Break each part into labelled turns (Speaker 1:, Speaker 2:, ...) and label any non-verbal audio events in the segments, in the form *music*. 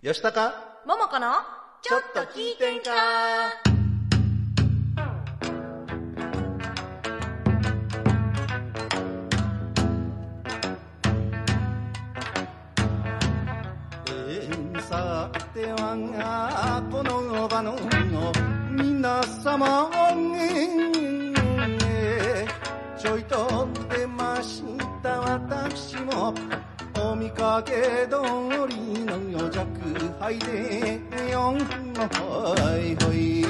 Speaker 1: よしたか
Speaker 2: ももこのちょっと聞いてんか
Speaker 1: えーさてはこの場の皆様えーちょいと出ました私もお見かけ通りの弱敗でよんほいほい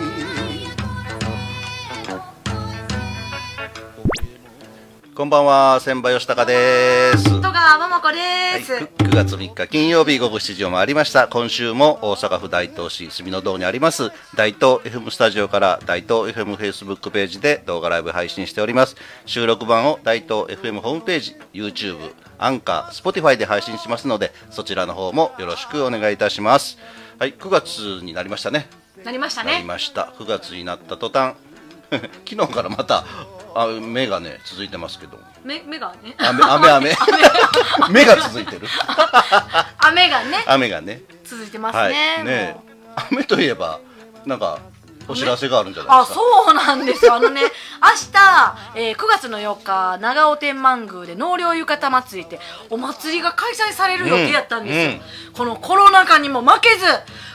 Speaker 1: こんばんは千葉義孝です
Speaker 2: 戸川ももこで
Speaker 1: はい、
Speaker 2: す、
Speaker 1: く9月3日金曜日午後7時を回りました今週も大阪府大東市住の堂にあります大東 FM スタジオから大東 FM フェイスブックページで動画ライブ配信しております収録版を大東 FM ホームページ YouTube アンカー Spotify で配信しますのでそちらの方もよろしくお願いいたしますはい9月になりましたね
Speaker 2: なりました
Speaker 1: なり
Speaker 2: ね
Speaker 1: ました9月になった途端 *laughs* 昨日からまたあ目がね続いてますけど
Speaker 2: 目目がね *laughs*
Speaker 1: 雨雨雨 *laughs* 目が続いてる
Speaker 2: 雨がね
Speaker 1: 雨がね
Speaker 2: 続いてますね,、
Speaker 1: はい、ね
Speaker 2: もう
Speaker 1: え雨といえばなんかお知らせがあるんじゃないで
Speaker 2: あ
Speaker 1: すか。
Speaker 2: そうなんですよあのね *laughs* 明日、えー9月の4日長尾天満宮で納涼浴衣祭りってお祭りが開催される予定やったんですよ、このコロナ禍にも負けず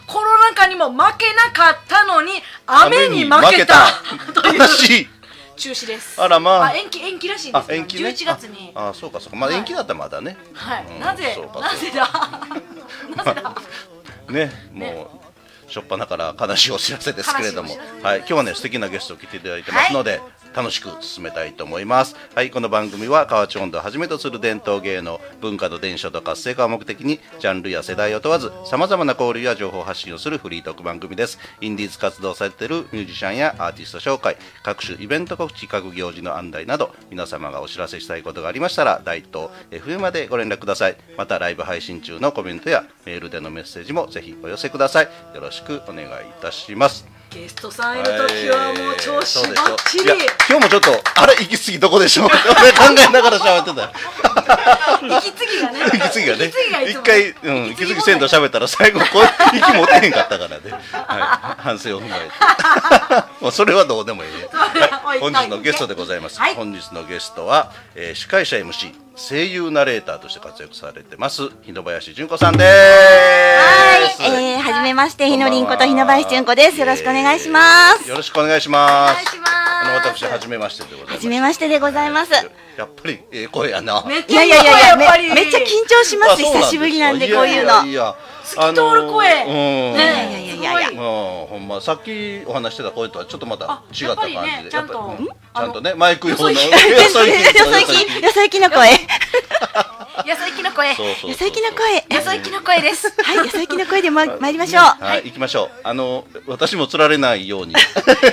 Speaker 2: コロナ禍にも負けなかったのに雨に負けた *laughs* という
Speaker 1: 悲しい。
Speaker 2: 中止です
Speaker 1: あらまあ
Speaker 2: 延期延期らしいで
Speaker 1: あ
Speaker 2: すよ
Speaker 1: 延期ね。
Speaker 2: 11月に
Speaker 1: ああそうかそうか。まあ
Speaker 2: はい
Speaker 1: 延期だったらまだね。
Speaker 2: はい、
Speaker 1: うん
Speaker 2: なぜ
Speaker 1: そうか
Speaker 2: なぜだなぜだ
Speaker 1: ねもうしょっぱなから悲しいお知らせですけれども
Speaker 2: 悲しいお知らせです、
Speaker 1: はい今日はね素敵なゲストを来ていただいてますので。楽しく進めたいと思いますはいこの番組は河内音頭をはじめとする伝統芸能文化の伝承と活性化を目的にジャンルや世代を問わずさまざまな交流や情報発信をするフリートーク番組ですインディーズ活動をされているミュージシャンやアーティスト紹介各種イベント告知各行事の案内など皆様がお知らせしたいことがありましたら大東 FM までご連絡くださいまたライブ配信中のコメントやメールでのメッセージもぜひお寄せくださいよろしくお願いいたします
Speaker 2: *laughs* ゲストさんいる時はもう調子ばっちり
Speaker 1: いや今日もちょっとあれ行き過ぎどこでしょうって俺考えながら喋ってた
Speaker 2: 息継ぎ
Speaker 1: *laughs*
Speaker 2: がね
Speaker 1: 行き過ぎがね
Speaker 2: 息継ぎがいつ
Speaker 1: 一
Speaker 2: も
Speaker 1: 回、うん、行き過ぎせんと喋ったら最後こう息持てへんかったからね、はい、反省を踏まえてもうそれはどうでもいいね、
Speaker 2: は
Speaker 1: はい、
Speaker 2: 置
Speaker 1: 本
Speaker 2: いといて
Speaker 1: 日のゲストでございます、
Speaker 2: はい
Speaker 1: 本日のゲストは、えー司会者 MC 声優ナレーターとして活躍されてます日野林純子さんです
Speaker 3: はい、えー、はじめまして、
Speaker 1: こ
Speaker 3: ひ
Speaker 1: んば
Speaker 3: の
Speaker 1: んは
Speaker 3: りんことひのばしちゅんこです。よろしくお願いします。
Speaker 1: よろしくお願いします。
Speaker 2: お願いします
Speaker 1: あの私はじめましてでございます。
Speaker 3: はじめましてでございます。
Speaker 1: やっぱりええ声やな。
Speaker 2: めっ
Speaker 3: い
Speaker 2: ちゃ
Speaker 3: や
Speaker 2: い
Speaker 3: い
Speaker 2: い声
Speaker 3: やいやい
Speaker 2: や
Speaker 3: や、
Speaker 2: っ
Speaker 3: め
Speaker 2: ぱり
Speaker 3: めっちゃ緊張しま
Speaker 1: あ
Speaker 3: す。
Speaker 1: そうなんですか
Speaker 3: 久しぶりなんで、こういうの。
Speaker 1: や
Speaker 3: *laughs*
Speaker 1: やや
Speaker 2: 透き通
Speaker 1: あ
Speaker 2: る声
Speaker 1: のーうん。
Speaker 2: ね
Speaker 3: いやいやいやいや
Speaker 2: すごい
Speaker 1: もうほんまさっきお話してた声とはちょっとまた
Speaker 2: あ
Speaker 1: 違った感じで
Speaker 2: やっぱりねちゃんと
Speaker 1: やっぱり
Speaker 2: ん
Speaker 1: ちゃんとねマイク用の *laughs*
Speaker 2: よ
Speaker 1: よ
Speaker 2: そ行
Speaker 3: よそ行き、よそ行き、よそ行きの声。
Speaker 2: 野菜きの声
Speaker 1: そうそうそう
Speaker 3: よそ行きの声。
Speaker 2: 野菜きの声です
Speaker 3: はい、よそ行きの声でま、参りまし *laughs* ょう。
Speaker 1: はい行きましょうあの私も釣られない
Speaker 3: *laughs*
Speaker 1: ように
Speaker 2: き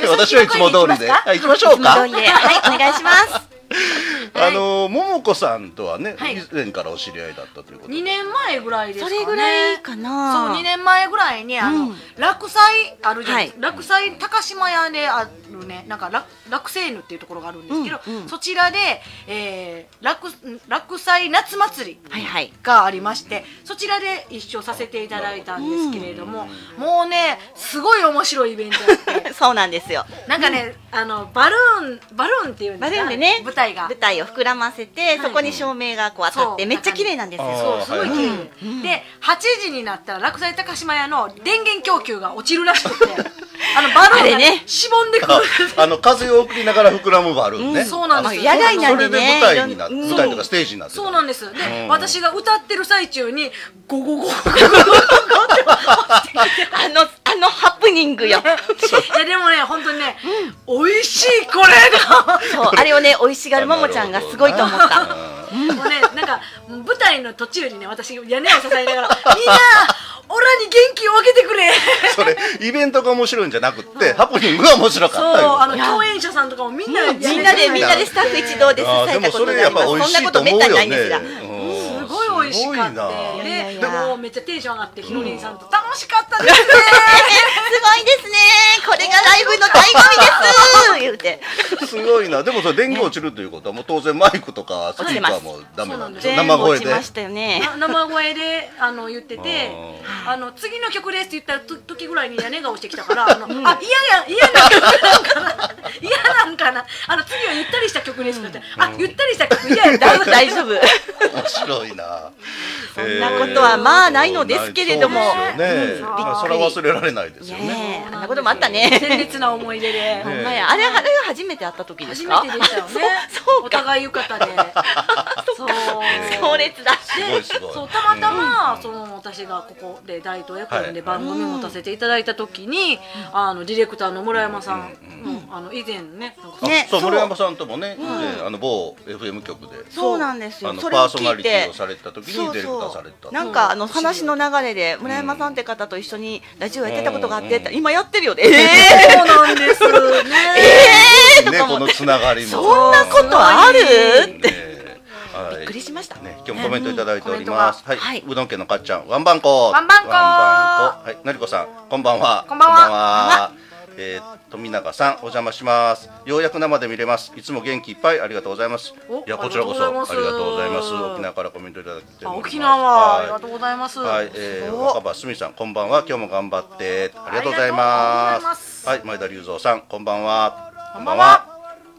Speaker 1: 私はいつも通りで
Speaker 2: 行きますか
Speaker 1: はい行きましょう
Speaker 3: いつも
Speaker 1: か
Speaker 3: 通りで *laughs* はい、お願いします。
Speaker 1: あの桃子さんとはね
Speaker 2: はい
Speaker 1: 以前からお知り合いだったということで
Speaker 2: 2年前ぐらいですか
Speaker 3: そ
Speaker 2: ね
Speaker 3: れぐらいか
Speaker 2: そう
Speaker 3: な
Speaker 2: 2。年前ぐらいにあの、
Speaker 3: うん
Speaker 2: 落栽あるじゃん、
Speaker 3: はい
Speaker 2: 落栽高島屋であるねなんか落落生ぬっていうところがあるんですけど、
Speaker 3: うんうん
Speaker 2: そちらで、えー、落落栽夏祭り
Speaker 3: はいはい。
Speaker 2: がありましてそちらで一緒させていただいたんですけれども、もうねすごい面白いイベントやって
Speaker 3: そうなんですよ。
Speaker 2: なんかね、あのバルーンバルーンっていうん
Speaker 3: バ
Speaker 2: です
Speaker 3: ル
Speaker 2: か
Speaker 3: ーンでね、
Speaker 2: 舞台が
Speaker 3: 舞台を膨らませて、そこに照明がこう当たっ
Speaker 2: そう
Speaker 3: て、めっちゃ綺麗なんです
Speaker 1: あー
Speaker 3: よ。
Speaker 2: そうすごい綺麗、で8時になったら落栽高島屋の電源供給が落ちるらしくてあのバルーンが
Speaker 3: あれね
Speaker 2: しぼんでくる
Speaker 1: ああの風を送りながら膨らむバルーンね、
Speaker 2: うんそうなんですよ
Speaker 1: あ
Speaker 2: 野外なん
Speaker 1: それ
Speaker 3: でね
Speaker 1: で舞台になっ
Speaker 3: うん
Speaker 1: 舞台とかステージになってた
Speaker 2: そうなんですで、
Speaker 1: ん
Speaker 2: 私が歌ってる最中にゴゴゴゴゴゴゴゴ
Speaker 3: *laughs* あの、あのハプニングよ。
Speaker 2: いやでもね本当にね、美味しいこれが
Speaker 3: そう、 *laughs* あれをね、美味しがるももちゃんがすごいと思った。
Speaker 1: た
Speaker 2: もうねなんか舞台の途中にね私屋根を支えながら「みんなオラに元気を分けてくれ!」
Speaker 1: それイベントが面白いんじゃなくってハプニングが面白か
Speaker 2: そ
Speaker 1: っ
Speaker 2: う
Speaker 1: たよ
Speaker 2: あの共演者さんとかもみんな屋根支え
Speaker 3: みんなでみんなで
Speaker 1: し
Speaker 3: スタッフ一同で支
Speaker 1: あーで
Speaker 3: えた
Speaker 1: も
Speaker 3: こと
Speaker 1: そ
Speaker 3: が
Speaker 1: れ
Speaker 3: あ
Speaker 1: やっ
Speaker 3: りま
Speaker 1: ぱ
Speaker 3: す。
Speaker 1: 美味
Speaker 3: そん
Speaker 1: し
Speaker 3: ないことと
Speaker 1: 思
Speaker 3: め
Speaker 1: う
Speaker 3: ったにな
Speaker 1: よ
Speaker 3: いんです
Speaker 1: ね
Speaker 3: が。
Speaker 1: うん
Speaker 2: すごい美味しかっ
Speaker 1: すごいな
Speaker 2: てで
Speaker 3: いやいやいや
Speaker 2: もうめっちゃテンション上がってヒロリンさんと楽楽しかった
Speaker 3: *laughs*
Speaker 2: ですね
Speaker 3: ごいですねこれがライブの醍醐味です言うて
Speaker 1: すごいなでもそれ電気落ちるということはもう当然マイクとかスピーカーもダメなんでしょ
Speaker 3: 全
Speaker 1: 生
Speaker 3: 部
Speaker 1: 声
Speaker 3: 落ち
Speaker 1: で
Speaker 3: ましたよね
Speaker 2: な生声であの言っててあの次の曲ですって言ったと時ぐらいに屋根が落ちてきたからあの、あ嫌や嫌な曲なんかな嫌なんかなあの次はゆったりした曲ですって言って、あゆったりした曲嫌やった
Speaker 3: 大大丈夫
Speaker 1: 面白いなそ
Speaker 3: んなことはまあないのですけれども
Speaker 1: そうですよね
Speaker 2: うん
Speaker 1: まあそれは忘れられないですよね
Speaker 3: ねえあんなこともあったね
Speaker 2: 鮮烈な思い出で
Speaker 3: ほんまやあれあれが初めて会った時です
Speaker 2: 初
Speaker 3: か
Speaker 2: めてでしたよね
Speaker 3: *laughs* そうそう
Speaker 2: お
Speaker 3: か
Speaker 2: 互い浴衣 *laughs* でそう
Speaker 3: 強烈だ
Speaker 1: すごいすごい
Speaker 2: そうたまたま、その私がここで大東エコンで番組を持たせていただいた時に、あのディレクターの村山さん、うんあの以前ねなんか
Speaker 1: あ
Speaker 3: ね
Speaker 1: そう
Speaker 3: そう
Speaker 1: 村山さんともね、であの某 FM 局で
Speaker 3: そうなんです
Speaker 1: あ
Speaker 3: よ
Speaker 1: の
Speaker 3: それを
Speaker 1: パーソナ
Speaker 3: 聞い
Speaker 1: リテ
Speaker 3: て
Speaker 1: ィをされた時
Speaker 3: そ
Speaker 1: に
Speaker 3: う
Speaker 1: ディレクター
Speaker 3: そ
Speaker 1: された
Speaker 3: うなんかあの話の流れで村山さんって方と一緒にラジオやってたことがあってって今やってるよねえ
Speaker 2: そうなんですね *laughs*
Speaker 3: えーと
Speaker 1: ね
Speaker 3: か
Speaker 1: こ
Speaker 3: も
Speaker 1: のつながりも
Speaker 3: そんなことある
Speaker 1: ね
Speaker 3: *laughs*
Speaker 1: はい
Speaker 3: びっくりしました
Speaker 1: ね、今日もコメントいただいております。はい、
Speaker 3: はいう
Speaker 1: どん家のかっちゃん、ワンバンコ。
Speaker 2: ワンバンコ
Speaker 1: はい、のりこさん、こんばんは。
Speaker 2: こんばんは
Speaker 1: えー富永さん、お邪魔します。ようやく生で見れます。いつも元気いっぱい、ありがとうございます。
Speaker 2: お
Speaker 1: いや、こちらこそ、あ
Speaker 2: あ
Speaker 1: り
Speaker 2: り
Speaker 1: が
Speaker 2: が
Speaker 1: とう
Speaker 2: とう
Speaker 1: ご
Speaker 2: ご
Speaker 1: ざ
Speaker 2: ざ
Speaker 1: い
Speaker 2: い
Speaker 1: ま。
Speaker 2: ますす
Speaker 1: 沖縄からコメントいただいており
Speaker 2: あ
Speaker 1: ます。
Speaker 2: 沖縄あり
Speaker 1: は
Speaker 2: がとうございます、
Speaker 1: い。はい、えー、
Speaker 3: そう
Speaker 1: 若葉すみさん、こんばんは。今日も頑張って。ありがとうござい
Speaker 2: あ
Speaker 1: ま
Speaker 2: りがとうござい
Speaker 1: す。
Speaker 2: ます
Speaker 1: はい、前田隆三さん、こんばんは。
Speaker 2: こんばんは。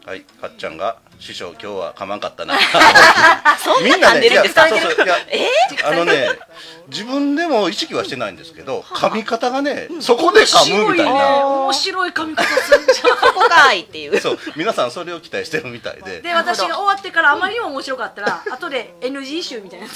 Speaker 1: はい、かっちゃんが、師匠、今日はかまんか
Speaker 2: *laughs*
Speaker 1: ったな。
Speaker 3: そん
Speaker 1: み
Speaker 3: なん
Speaker 1: な
Speaker 3: 噛ん
Speaker 1: ね、
Speaker 3: で
Speaker 1: い
Speaker 3: るん
Speaker 1: や、
Speaker 3: です
Speaker 1: そ
Speaker 3: か
Speaker 1: うそう、いや、
Speaker 2: え
Speaker 1: あのね、自分でも意識はしてないんですけど、噛み方がね、そこで噛むみたい
Speaker 2: 面白いね
Speaker 1: な。
Speaker 2: 面白い髪型するじ *laughs* ゃん
Speaker 3: ここかいっていう
Speaker 1: そう、皆さんそれを期待してるみたい
Speaker 2: *laughs*
Speaker 1: で。
Speaker 2: で私が終わってからあまりにも面白かったら後で NG 集みたいなやつ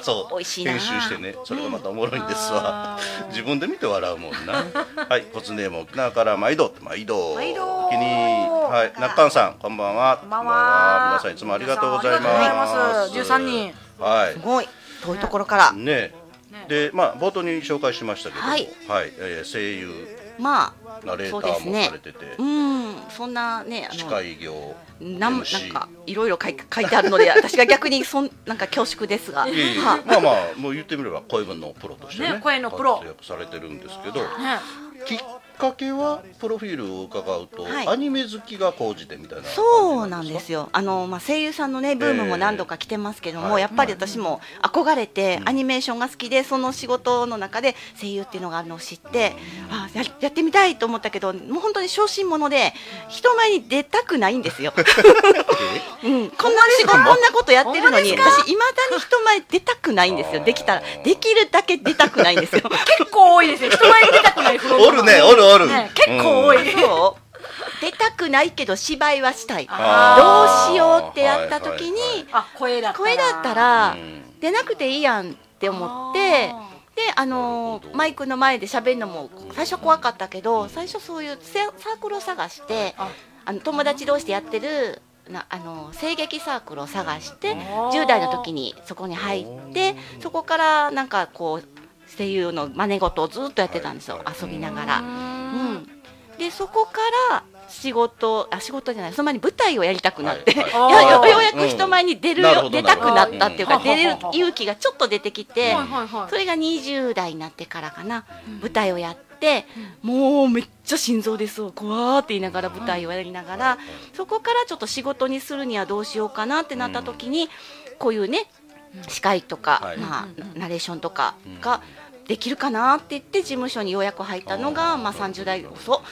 Speaker 1: *laughs* そう、
Speaker 3: 美味しいな
Speaker 1: 編集してね、それがまたおもろいんですわ。自分で見て笑うもんな。はい、コツネーム沖縄から毎度、毎度。
Speaker 2: 毎度
Speaker 1: お気に入りはい、なっかんさん、こんばんは。
Speaker 2: こんばんは
Speaker 1: 皆さんいつもありがとうござい
Speaker 2: 皆さんありが
Speaker 1: ま
Speaker 2: と
Speaker 1: す。
Speaker 2: うございます13人。
Speaker 1: はい
Speaker 3: す。ごい遠いところから
Speaker 1: ね
Speaker 2: ね
Speaker 1: でまあ冒頭に紹介しましたけどもは
Speaker 3: はいい、
Speaker 1: えー声優
Speaker 3: まあ
Speaker 1: ナレータ
Speaker 3: そう
Speaker 1: ー
Speaker 3: です
Speaker 1: も
Speaker 3: ね
Speaker 1: されてて、
Speaker 3: うんそんなねあ
Speaker 1: 司
Speaker 3: の
Speaker 1: 会業
Speaker 3: なんなん
Speaker 1: MC
Speaker 3: かいろいろ書い書いてあるので私が逆にそんなんか恐縮ですが
Speaker 1: いえいえ
Speaker 3: は
Speaker 1: まあまあもう言ってみれば声のプロとしてね
Speaker 2: ね声のプロ
Speaker 1: 活躍されてるんですけど、
Speaker 2: ね
Speaker 1: きっかけはプロフィールを伺うと、
Speaker 3: はい
Speaker 1: アニメ好きが高じてみたいな感じ
Speaker 3: そうなんです
Speaker 1: よ
Speaker 3: よ。あのまあ声優さんのねブームも何度か来てますけども、
Speaker 1: はい
Speaker 3: やっぱり私も憧れてアニメーションが好きでその仕事の中で声優っていうのがあるのを知って、あややってみたいと思ったけど、もう本当に小心者で人前に出たくない
Speaker 1: *laughs*
Speaker 3: んですよ。うん、こんな仕事こんなことやってるのに、私未だに人前出たくないんですよ。できたらできるだけ出たくないんで
Speaker 1: *laughs*
Speaker 3: すよ。
Speaker 2: 結構多いですね人前に出たくないフロント
Speaker 1: おるねおるおる
Speaker 2: ね結構多い、
Speaker 1: うん
Speaker 3: そう出たくないけど芝居はしたい。どう
Speaker 1: あー
Speaker 3: しようってやった時に。
Speaker 1: はいはいはい
Speaker 2: あ声だったら
Speaker 3: 声だったら、
Speaker 1: うん
Speaker 3: 出なくていいやんって思って
Speaker 2: あ
Speaker 3: であの
Speaker 1: なるほ
Speaker 3: ー
Speaker 1: ど
Speaker 3: マイクの前で喋るのも最初怖かったけど最初そういうせサークルを探して
Speaker 2: あ
Speaker 3: あの友達同士でやってるなあのー声劇サークルを探して
Speaker 2: ー
Speaker 3: 10代の時にそこに入ってそこからなんかこう声優の真似事をずっとやってたんですよ
Speaker 1: はいはい
Speaker 3: 遊びなが
Speaker 2: う
Speaker 3: ら。う
Speaker 2: ーん
Speaker 3: んでそこから仕事あ仕事じゃないその前に舞台をやりたくなって、
Speaker 1: はい
Speaker 2: はい
Speaker 3: いやよ
Speaker 2: あー
Speaker 3: ようやく人前に出る
Speaker 1: なるほど
Speaker 3: よ出たくなったっていう
Speaker 2: なるほ
Speaker 3: か
Speaker 2: ど
Speaker 3: 出れる勇気がちょっと出てきて
Speaker 2: はいはいはい
Speaker 3: それが20代になってからかな舞台をやってもうめっちゃ心臓ですわ怖ーって言いながら舞台をやりながらそこからちょっと仕事にするにはどうしようかなってなった時にこういうね司会と
Speaker 1: は
Speaker 3: か
Speaker 1: い
Speaker 3: まあナレーションとかができるかなって言って事務所にようやく入ったの
Speaker 1: あー
Speaker 3: がまあ30代 *laughs* 遅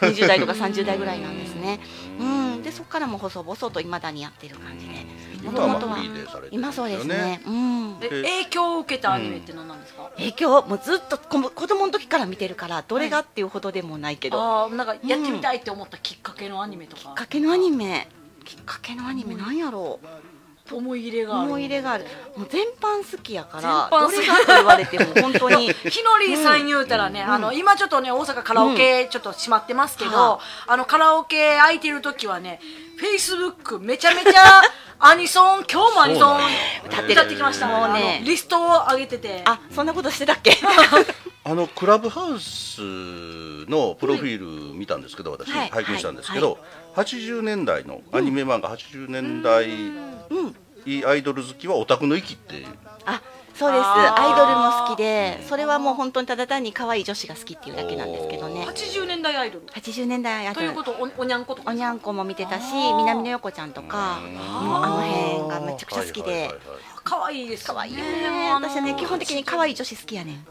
Speaker 3: 20代とか30代ぐらいなんですね。うん、でそこからも細々といまだにやってる感じで、
Speaker 1: 今はまあフリーでされてるんですよね
Speaker 3: 今そうですね、うん、
Speaker 2: え影響を受けたアニメって何なんですか、
Speaker 3: 影響もうずっとこも子供の時から見てるからどれがっていうほどでもないけど、
Speaker 2: ああなんかやってみたいって思ったきっかけのアニメとか、
Speaker 3: きっかけのアニメきっかけのアニメなんやろう
Speaker 2: 思い入れがある
Speaker 3: 思い入れがあるもう全般好きやから
Speaker 2: 全般
Speaker 3: ど
Speaker 2: 好き
Speaker 3: れがと言われても本
Speaker 2: *laughs*
Speaker 3: 当に
Speaker 2: ひのりさん言うたらね、あの今ちょっとね大阪カラオケちょっと閉まってますけど、
Speaker 3: うんは
Speaker 2: あのカラオケ空いてる時はねフェイスブックめちゃめち
Speaker 3: *laughs*
Speaker 2: ゃアニソン今日もアニソ
Speaker 1: そう
Speaker 2: ン
Speaker 3: なんや
Speaker 2: 歌ってきました
Speaker 3: もうね
Speaker 2: あのリストを上げてて
Speaker 3: あそんなことしてたっ
Speaker 2: *laughs*
Speaker 3: け
Speaker 1: あのクラブハウスのプロフィール見たんですけど、私、
Speaker 3: はい
Speaker 1: 拝見したんですけど、80年代のアニメ漫画80年代、いいアイドル好きはオタクの域って
Speaker 3: あそうです
Speaker 2: あー
Speaker 3: アイドルも好きでそれはもう本当にただ単に可愛い女子が好きっていうだけなんですけどね
Speaker 1: おー
Speaker 2: 80年代アイドル
Speaker 3: 80年代アイド
Speaker 2: という
Speaker 3: ル
Speaker 2: ことおおにゃんことか
Speaker 3: おにゃんこも見てたし
Speaker 2: あー
Speaker 3: 南野陽子ちゃんとか
Speaker 1: うん
Speaker 3: もうあの辺がめちゃくちゃ好きで
Speaker 2: 可愛いですよね
Speaker 3: 可愛いよね私はね基本的に可愛い女子好きやねん
Speaker 2: ね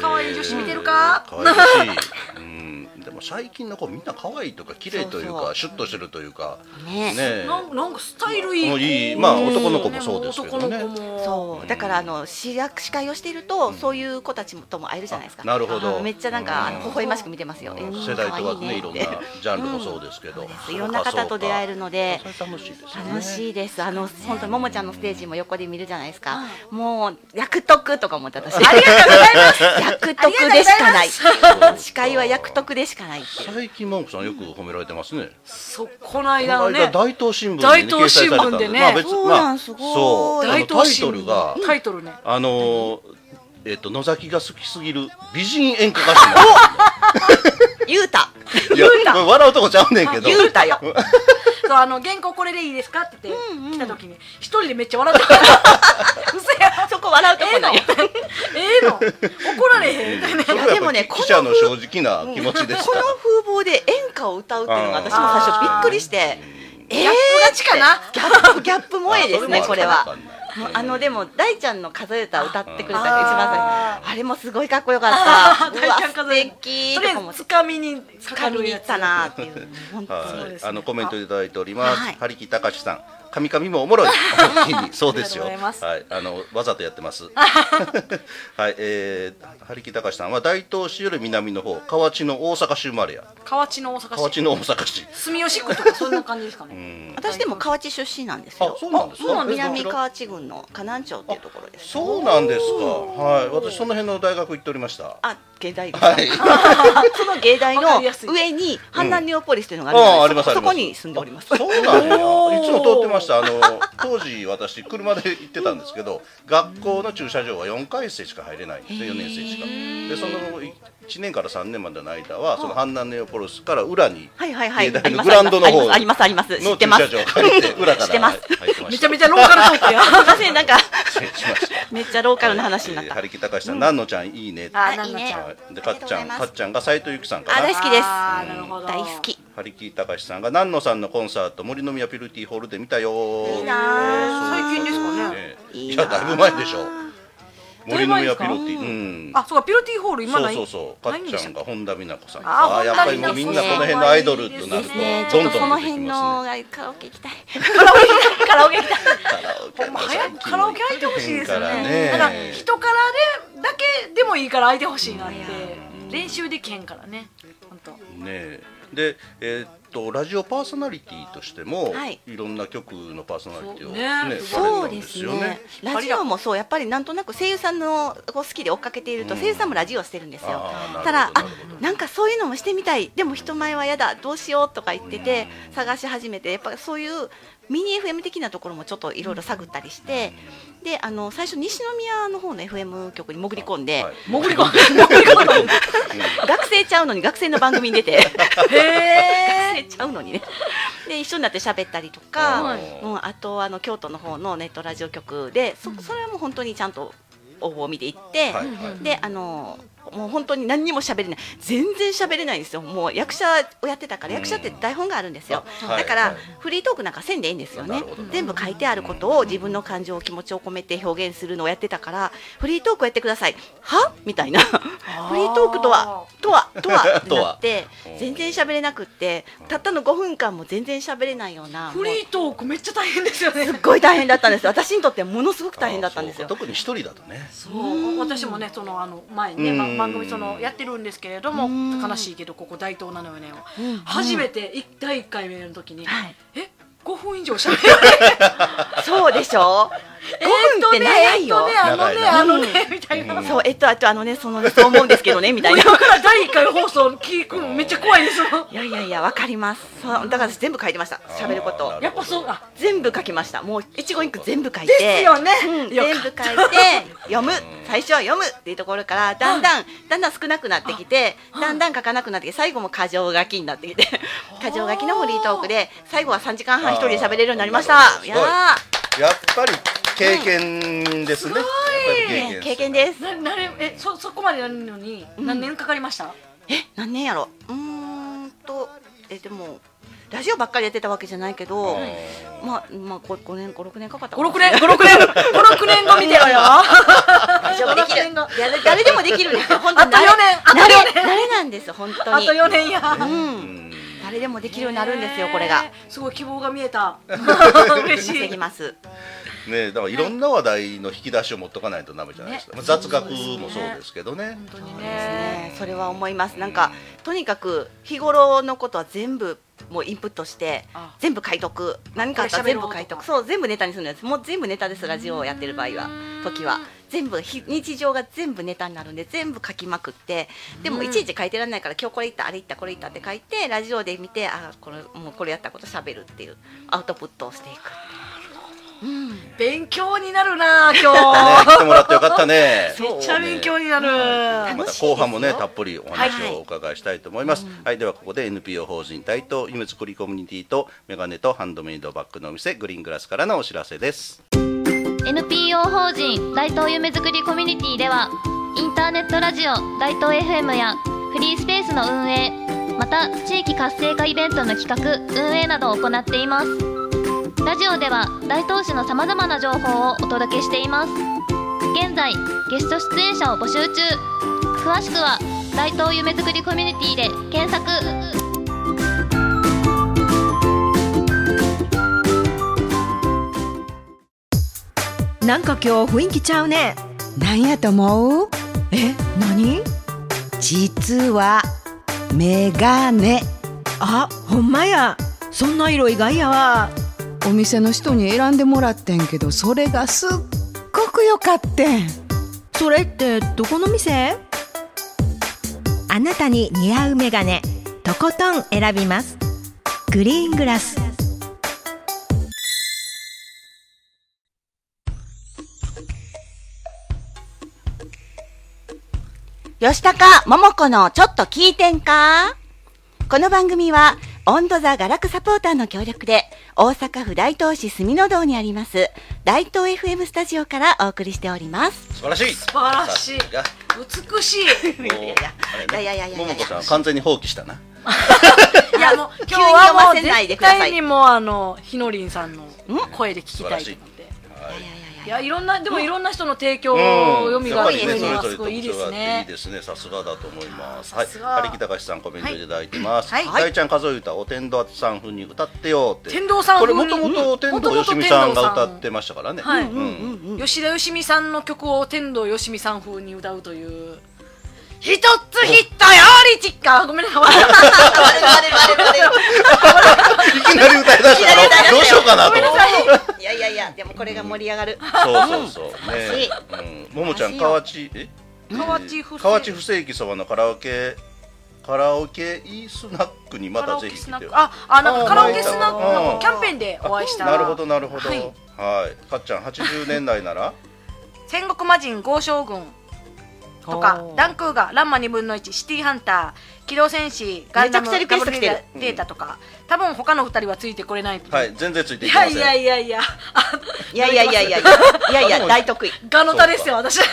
Speaker 2: 可愛い女子見てるか
Speaker 1: えー可愛いし、うん、でも最近の子みんな可愛いとか綺麗という
Speaker 3: そうそ
Speaker 1: か
Speaker 3: う
Speaker 1: シュッとしてるというか
Speaker 3: ね
Speaker 1: ねえ
Speaker 2: なんなんかスタイルいい
Speaker 1: もう
Speaker 2: 子
Speaker 1: いいまあ
Speaker 2: うん
Speaker 1: 男の子もそうですけどね
Speaker 2: 男の子も
Speaker 3: そうだからあの司役司会をしていると、そういう子たちもとも会えるじゃないですか
Speaker 1: あなるほど
Speaker 3: あのめっちゃなんか、あの微笑ましく見てますよ、えー
Speaker 1: 世代とはねい
Speaker 3: 可
Speaker 1: ろ
Speaker 3: 愛
Speaker 1: ん
Speaker 3: ね
Speaker 1: な
Speaker 3: って
Speaker 1: ジャンルもそうですけど、
Speaker 3: いろんな方と出会えるので
Speaker 1: そうかそうかそれ楽しいですよね
Speaker 3: 楽しいですあの本当ももちゃんのステージも横で見るじゃないですか
Speaker 2: は、
Speaker 3: もう役得とか思っ
Speaker 1: *laughs*
Speaker 3: て私
Speaker 2: ありがとうございます
Speaker 3: 役得でしかない
Speaker 1: ます
Speaker 3: 司会は役得でしかないっていう
Speaker 1: 最近文句さんよく褒められてますね。
Speaker 2: そうこ
Speaker 1: こ
Speaker 2: の間
Speaker 1: の
Speaker 2: の
Speaker 1: 間
Speaker 2: ね
Speaker 1: 大東新聞で
Speaker 2: 大
Speaker 1: ね掲
Speaker 2: 東
Speaker 1: 載
Speaker 2: 新
Speaker 1: されたん
Speaker 2: 聞
Speaker 1: で
Speaker 2: でね
Speaker 1: まあ別
Speaker 3: そう
Speaker 1: ま
Speaker 3: な
Speaker 1: あ
Speaker 3: んすごい
Speaker 1: そうあのタイ
Speaker 2: 新
Speaker 1: トルが
Speaker 2: タイトルね
Speaker 1: あのーえっと野崎が好きすぎる美人演歌歌手なんですよ
Speaker 3: ゆうた
Speaker 1: いや、笑うとこちゃうねんけど。
Speaker 3: ゆうた
Speaker 1: *laughs*
Speaker 3: よ
Speaker 2: そうあの原稿これでいいですかって言って来た時に一人でめっちゃ笑って *laughs* た。うせや。
Speaker 3: そこ笑うと
Speaker 2: え
Speaker 3: こ
Speaker 2: えの
Speaker 3: ない
Speaker 2: ええの怒られへんみたいな。
Speaker 1: それはやっぱり記者の正直な気持ちです
Speaker 3: こ
Speaker 1: か
Speaker 3: の
Speaker 1: ら。
Speaker 3: 風貌で演歌を歌うっていうのが私も最初びっくりしてえー、ギャッ
Speaker 2: プ勝ちかな
Speaker 3: ギャップギャップ萌えですね
Speaker 1: あ
Speaker 3: これ
Speaker 1: そも
Speaker 3: は
Speaker 1: あるかもわかん
Speaker 3: もう
Speaker 1: ない
Speaker 3: あのでも大ちゃんの数え歌を歌ってくれたのが一番
Speaker 2: あー
Speaker 3: 最初あれもすごいかっこよかった
Speaker 2: あー
Speaker 3: *laughs* うわ
Speaker 2: 大ちゃん
Speaker 3: 素
Speaker 2: 数え
Speaker 3: 敵
Speaker 2: と
Speaker 3: と
Speaker 2: り
Speaker 3: か
Speaker 2: あ
Speaker 3: 思
Speaker 2: え
Speaker 3: っ
Speaker 2: ず
Speaker 3: て
Speaker 2: つかみにかか
Speaker 3: 掴み
Speaker 2: る
Speaker 3: に行
Speaker 2: や
Speaker 3: っ
Speaker 2: つ。
Speaker 3: たなーっていう本当に
Speaker 2: そう
Speaker 1: は
Speaker 2: で
Speaker 1: い、
Speaker 2: すね
Speaker 1: あのコメントいただいております。
Speaker 3: はい
Speaker 1: 張り切ったかしさん、神々もお
Speaker 2: *laughs*
Speaker 1: もろい。本当にそうですよ。
Speaker 2: ありがとうございます
Speaker 1: はい、あのわざとやって
Speaker 2: *laughs*
Speaker 1: ます。 *laughs* はい、えー、張り切ったかしさんは大東市より南の方、河内の大阪市生まれや。
Speaker 2: 河内の大阪
Speaker 1: 河
Speaker 2: 市。
Speaker 1: 内の大阪市。
Speaker 2: 住吉区とかそんな感じですかね。
Speaker 3: 私でも河内出身なんです
Speaker 1: あ
Speaker 3: よ、
Speaker 1: そうなんですか。
Speaker 2: そうなんです
Speaker 1: え
Speaker 3: 南
Speaker 1: どちら
Speaker 3: 河内郡の河南町っていうところです
Speaker 1: そうなんですか。はい、私その辺の大学行っておりました。
Speaker 3: あ芸
Speaker 1: *laughs*
Speaker 3: 大です、
Speaker 1: はい。
Speaker 3: その芸大の
Speaker 2: わかりやすい
Speaker 3: 上に阪南ネオポリスというのが
Speaker 1: ああ
Speaker 3: あ
Speaker 1: あ
Speaker 3: る
Speaker 1: り
Speaker 3: ん
Speaker 1: ま
Speaker 3: で
Speaker 1: す
Speaker 3: す
Speaker 1: ありま
Speaker 3: よそ
Speaker 1: す
Speaker 3: こに住んでおります
Speaker 1: そうなんや。い
Speaker 2: おー
Speaker 1: つも通ってました。あの当時私車で行ってたんですけど、学校の駐車場は4回生しか入れないんですね。4年生しか。でその1年から3年までの間はその阪南ネオポリスから裏に
Speaker 3: はいはいはい
Speaker 1: 境
Speaker 3: あ
Speaker 1: 内の
Speaker 3: りま
Speaker 1: グ
Speaker 3: す
Speaker 1: ラウンドの方
Speaker 3: ありますありますあります知
Speaker 1: の
Speaker 3: って
Speaker 1: 駐
Speaker 3: ます
Speaker 1: 車場を借りて裏か
Speaker 3: 知って
Speaker 1: ら
Speaker 3: ます
Speaker 1: 入ってま
Speaker 2: め
Speaker 1: し
Speaker 2: ちゃ
Speaker 1: た。
Speaker 2: めちゃローカルトークや。
Speaker 3: *laughs* すいませんなんか
Speaker 1: 失礼しました。
Speaker 3: *laughs* めっちゃローカルな話になっ
Speaker 1: えー
Speaker 3: た、
Speaker 1: 張り切ったかしさん、なんのちゃんいいね。
Speaker 2: あ
Speaker 1: は
Speaker 2: ー、なんなちゃん。
Speaker 1: い。でかっちゃん、
Speaker 3: ありがとうございます
Speaker 1: かっちゃんが斉藤由貴さんか
Speaker 3: あ
Speaker 1: な
Speaker 3: 大。好きです
Speaker 2: あーなるほど
Speaker 3: 大好き。
Speaker 1: ハリキーたかしさんが南野さんのコンサート森の宮ピルティホールで見たよー
Speaker 3: いいな
Speaker 2: ー最近ですかね
Speaker 1: い
Speaker 3: いいな
Speaker 1: や
Speaker 3: ー
Speaker 1: だいぶ前でしょ
Speaker 2: だ
Speaker 1: 森
Speaker 2: い
Speaker 1: の
Speaker 2: ぶ前で
Speaker 1: 宮
Speaker 2: す
Speaker 1: ピ
Speaker 2: か
Speaker 1: ルティうん
Speaker 2: あ、そうかピロティホール今
Speaker 1: そ
Speaker 2: な
Speaker 1: う
Speaker 2: い。
Speaker 1: そうそうか
Speaker 2: ない
Speaker 1: っ
Speaker 2: ん
Speaker 1: ち
Speaker 2: でし
Speaker 1: ゃ
Speaker 2: た
Speaker 1: ん
Speaker 2: っ
Speaker 1: が
Speaker 2: け
Speaker 1: 本田美奈子さん
Speaker 2: あー
Speaker 1: あーやっぱりもうみんなこの辺のアイドルとなる
Speaker 3: ですね
Speaker 1: と
Speaker 3: ちょ
Speaker 1: どん
Speaker 3: っと
Speaker 1: ど
Speaker 3: その
Speaker 1: ん出て
Speaker 3: 辺
Speaker 1: き
Speaker 3: の
Speaker 1: ますね
Speaker 3: がカラオケ行きたいカラオケ行きたい
Speaker 1: カラオケ
Speaker 2: ほんま早くカラオケ開いてほしいです
Speaker 1: か
Speaker 2: よ
Speaker 1: ら
Speaker 2: ね。
Speaker 1: ね
Speaker 2: だから人からでだけでもいいから開いてほしいなって練習できへんからね。本当。
Speaker 1: ねえでえーっとラジオパーソナリティとしても、
Speaker 3: はい
Speaker 1: い、ろんな曲のパーソナリティを
Speaker 2: そう
Speaker 1: ね
Speaker 2: ね
Speaker 1: され
Speaker 3: そう
Speaker 1: るん
Speaker 3: で
Speaker 1: です
Speaker 3: す
Speaker 1: よ
Speaker 3: ね
Speaker 1: ね。
Speaker 3: ラジオもそうやっぱりなんとなく声優さんのこう好きで追っかけていると、
Speaker 1: うん
Speaker 3: 声優さんもラジオしてるんですよ
Speaker 1: あー。
Speaker 3: た
Speaker 1: なるほど
Speaker 3: だ
Speaker 1: な
Speaker 3: あ
Speaker 1: るほど
Speaker 3: なんかそういうのもしてみたいでも人前はやだどうしようとか言ってて探し始めてやっぱそういうミニ FM 的なところもちょっといろいろ探ったりしてであの最初西宮の方の FM 局に潜り込んで、
Speaker 1: はい
Speaker 2: 潜り込んで。
Speaker 3: 学生ちゃうのに学生の番組
Speaker 1: *laughs*
Speaker 3: に出て
Speaker 2: へ
Speaker 3: 学生
Speaker 2: え。
Speaker 3: ちゃうのにねで一緒になって喋ったりとか、
Speaker 2: はい
Speaker 3: うん、あとあの京都の方のネットラジオ局でそそれはもう本当にちゃんと応募を見ていって、
Speaker 1: はい
Speaker 2: うん
Speaker 3: であのもう本当に何にも喋れない全然喋れないんですよもう役者をやってたから
Speaker 1: うん
Speaker 3: 役者って台本があるんですよ、
Speaker 1: あはい
Speaker 3: だから、
Speaker 1: はい
Speaker 3: フリートークなんかせんでいいんですよ
Speaker 1: な
Speaker 3: ね
Speaker 1: るほど
Speaker 3: 全部書いてあることを自分の感情気持ちを込めて表現するのをやってたからフリートークをやってくださいはみたいなフリートークとはとはと
Speaker 1: *laughs*
Speaker 3: はってなって全然喋れなくってたったの5分間も全然喋れないような
Speaker 2: フリートークめっちゃ大変ですよね。
Speaker 3: すっごい大変だったんです私にとってはものすごく大変だったんです
Speaker 1: あ
Speaker 3: よ
Speaker 1: ーそうか特に一人だとね
Speaker 2: そう私もねそのあの前にね
Speaker 1: うん
Speaker 2: 番番組そのやってるんですけれども悲しいけどここ大東なのよねを初めて一第1回目の時に
Speaker 3: はい
Speaker 2: え5分以上喋って *laughs*
Speaker 3: そうでしょ5分って長いよ、
Speaker 2: えーっとねえーっとねあのねあのね
Speaker 3: う
Speaker 2: みたいな。
Speaker 3: そうえっとあとあのねそのそう思うんですけ
Speaker 2: *laughs*
Speaker 3: どねみたいな
Speaker 2: 今から第1回放送聞くのめっちゃ怖いですもん
Speaker 3: いやいやいやわかりますそうだから全部書いてました喋るこ
Speaker 1: あーな
Speaker 3: と
Speaker 1: る
Speaker 2: やっぱそうあ
Speaker 3: 全部書きましたもう一言一句全部書いて
Speaker 2: ですよね、
Speaker 3: うん
Speaker 2: よかっ
Speaker 3: 全部書いて
Speaker 2: た
Speaker 3: 読む最初は読むっていうところからだんだんだんだん少なくなってきてだんだん書かなくなってきて最後も箇条書きになっ
Speaker 2: *laughs*
Speaker 3: てきて箇条書きのフリートークで最後は3時間半一人で喋れるようになりました
Speaker 1: あー
Speaker 3: いやー
Speaker 1: やっぱり経験ですね。
Speaker 2: すご
Speaker 1: や
Speaker 2: い
Speaker 1: っぱり
Speaker 3: 経験です。
Speaker 2: ななれえそそこまでなるのに何年かかりました、
Speaker 3: え何年やろうーんとえでもラジオばっかりやってたわけじゃないけど、まあまあこ五年五六年かかったか
Speaker 2: 五
Speaker 3: な
Speaker 2: 六年五六年五六年後見てろ *laughs* よ。
Speaker 3: 大丈夫できる
Speaker 2: 五六
Speaker 3: 誰誰でもできるん
Speaker 2: *laughs*
Speaker 3: ですよ本当
Speaker 2: あと四年あと
Speaker 3: 慣れ
Speaker 2: 四年
Speaker 3: 慣れなんです本当
Speaker 2: あ
Speaker 3: に
Speaker 2: と四年や。
Speaker 3: うん、
Speaker 1: うん
Speaker 3: 誰でもできるようになるんですよこれが
Speaker 2: へ。ー。すごい希望が見え
Speaker 3: *laughs*
Speaker 2: た。嬉し
Speaker 3: 防
Speaker 2: い
Speaker 3: ぎ。ます。
Speaker 1: ね、だからいろんな話題の引き出しを持っとかないとダメじゃないですか。ま
Speaker 2: ね
Speaker 1: あ雑学もそうですけどね。
Speaker 2: 本当に
Speaker 3: そうです
Speaker 2: ね。
Speaker 3: ね。それは思います。なんかとにかく日頃のことは全部もうインプットして
Speaker 2: あ
Speaker 3: 全部解読。何かあったら
Speaker 2: これ喋
Speaker 3: 全
Speaker 2: ろう
Speaker 3: 部解
Speaker 2: とか
Speaker 3: 読。そう全部ネタにするんです。もう全部ネタですラジオをやってる場合は時は全部日日常が全部ネタになるんで全部書きまくってで
Speaker 2: う
Speaker 3: も
Speaker 2: ん
Speaker 3: いちいち書いてらんないから今日これいったあれいったこれいったって書いてラジオで見てあこれもうこれやったこと喋るっていうアウトプットをしていくっていう。うん。
Speaker 2: 勉強になるな今
Speaker 3: *laughs*
Speaker 1: ね、
Speaker 2: 日。
Speaker 1: 来てもらってよかったね。
Speaker 3: そう
Speaker 2: めっちゃ勉強になる。
Speaker 3: い
Speaker 1: ま
Speaker 3: 楽
Speaker 1: た
Speaker 3: しいですよ
Speaker 1: 後半もねたっぷりお話
Speaker 3: はい
Speaker 1: をお伺いしたいと思います。はい、ではここで NPO 法人台東夢作りコミュニティとメガネとハンドメイドバッグのお店グリーングラスからのお知らせです。
Speaker 4: NPO 法人大東夢づくりコミュニティではインターネットラジオ大東 FM やフリースペースの運営また地域活性化イベントの企画運営などを行っていますラジオでは大東市のさまざまな情報をお届けしています現在ゲスト出演者を募集中詳しくは大東夢づくりコミュニティで検索
Speaker 5: なんか今日雰囲気ちゃうねなんやと思うえ、何実はメガネあ、ほんまやそんな色意外やわお店の人に選んでもらってんけどそれがすっごく良かってんそれってどこの店
Speaker 6: あなたに似合うメガネとことん選びますグリーングラス
Speaker 3: 吉高桃子のちょっと聞いてんかこの番組は、オンドザガラクサポーターの協力で、大阪府大東市住の堂にあります、大東 FM スタジオからお送りしております。
Speaker 1: 素晴らしい。素
Speaker 2: 晴らしい
Speaker 1: が
Speaker 2: 美しい。
Speaker 3: *laughs*
Speaker 1: もうあれね
Speaker 3: いやいやいやいやいや
Speaker 1: 桃子さん完全に放棄したな。
Speaker 2: いやもう
Speaker 3: 急
Speaker 2: 今
Speaker 3: に
Speaker 2: 日は
Speaker 3: 読ま
Speaker 2: もう
Speaker 3: せないで
Speaker 2: 絶
Speaker 3: ください
Speaker 2: 対にもうあのひのりんさんの声で聞きたいと思って。
Speaker 1: はい
Speaker 3: い。やいやいや
Speaker 2: いやいろんなでもいろんな人の提供を
Speaker 1: う
Speaker 2: 読
Speaker 1: ん、
Speaker 2: み
Speaker 1: やっ
Speaker 2: が
Speaker 1: ぱ
Speaker 2: あ
Speaker 1: りね、
Speaker 2: るの
Speaker 1: それぞ
Speaker 2: がす
Speaker 1: れ
Speaker 2: ご
Speaker 1: 特
Speaker 2: いいいで
Speaker 1: 徴があっ
Speaker 2: す
Speaker 1: ていい
Speaker 2: ね。
Speaker 1: ですね、さすがだと思います。
Speaker 2: あー
Speaker 1: はい、
Speaker 2: さすが
Speaker 1: 張木隆さんコメントいただいてます。
Speaker 2: は
Speaker 1: はいい、大ちゃん数え歌、お天道さん風に歌ってよって。
Speaker 2: 天童さん
Speaker 1: こ
Speaker 2: 風
Speaker 1: れ
Speaker 2: に
Speaker 1: もともと天童よしみさんが歌ってましたからね。
Speaker 2: はい
Speaker 1: うんうん
Speaker 2: 吉田よしみさんの曲を天童よしみさん風に歌うという一つヒットよりちっかごめんなさい
Speaker 1: いきなり歌いだしたから、どうしようかなと。
Speaker 3: いやいやいや、でもこれが盛り上がる。
Speaker 1: そうそうそう。
Speaker 3: 晴らし
Speaker 1: ね
Speaker 3: い、
Speaker 1: うん、ももちゃん、河内、え。
Speaker 2: 河内不正
Speaker 1: 河内不正規様のカラオケ。カラオケイスナックにま
Speaker 2: カラ
Speaker 1: た
Speaker 2: オ
Speaker 1: ぜ
Speaker 2: ケ
Speaker 1: ひ
Speaker 2: ス
Speaker 1: 来
Speaker 2: ナ
Speaker 1: て
Speaker 2: ッ
Speaker 1: よ
Speaker 2: ク。ああなんかカラオケスナック
Speaker 1: あ
Speaker 2: なん
Speaker 1: ー
Speaker 2: かキャンペーンでお会いした
Speaker 1: なるほど、なるほど。
Speaker 2: は
Speaker 1: はいい、かっちゃん、八十年代なら。
Speaker 2: 戦国魔人豪将軍とか
Speaker 5: おー
Speaker 2: ダンクーガランマ2分の1シティーハンター機動戦士ガンダム
Speaker 3: めちゃくちゃリクエスト来てる
Speaker 2: ダブルデータとか多分他の2人はついてこれない
Speaker 1: はい、全然ついて
Speaker 2: い
Speaker 1: いきま
Speaker 2: や
Speaker 1: せん。
Speaker 2: いやいやいやあ
Speaker 3: いやいやいやいやいや、いやいや、大得意。
Speaker 2: ガノタですよ私
Speaker 3: あ、そ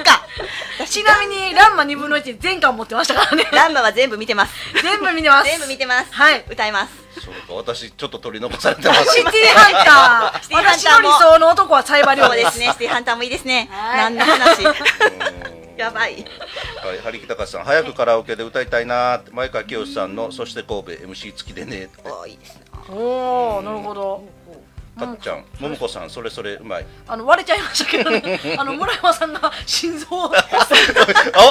Speaker 3: っか。
Speaker 2: ちなみにランマ2分の1全巻持ってましたからね
Speaker 3: ランマは全部見てます。
Speaker 2: *laughs* 全部見てます
Speaker 3: 全部見てます。
Speaker 2: はい
Speaker 3: 歌います。
Speaker 1: そうか、私、ちょっと取り残されてます。
Speaker 2: シティハンター
Speaker 3: *laughs* シティハンター
Speaker 2: 私の
Speaker 3: も
Speaker 2: 理想の男はサイバリ
Speaker 3: そ
Speaker 2: オ
Speaker 3: う
Speaker 2: で
Speaker 3: ですすね、シティハンターもいいですね。
Speaker 2: はい
Speaker 3: 何の話。
Speaker 1: うん
Speaker 3: やばい。
Speaker 1: はい、張木隆さん、早くカラオケで歌いたいなーって、前川清さんの、そして神戸 MC 付きでね。
Speaker 3: おーいいですね。
Speaker 2: おおなるほど
Speaker 1: かっちゃん、桃子さん、それそれうまい。
Speaker 2: あの割れちゃいましたけど
Speaker 3: *laughs*
Speaker 2: ねあの村山さんが心臓を
Speaker 1: あ、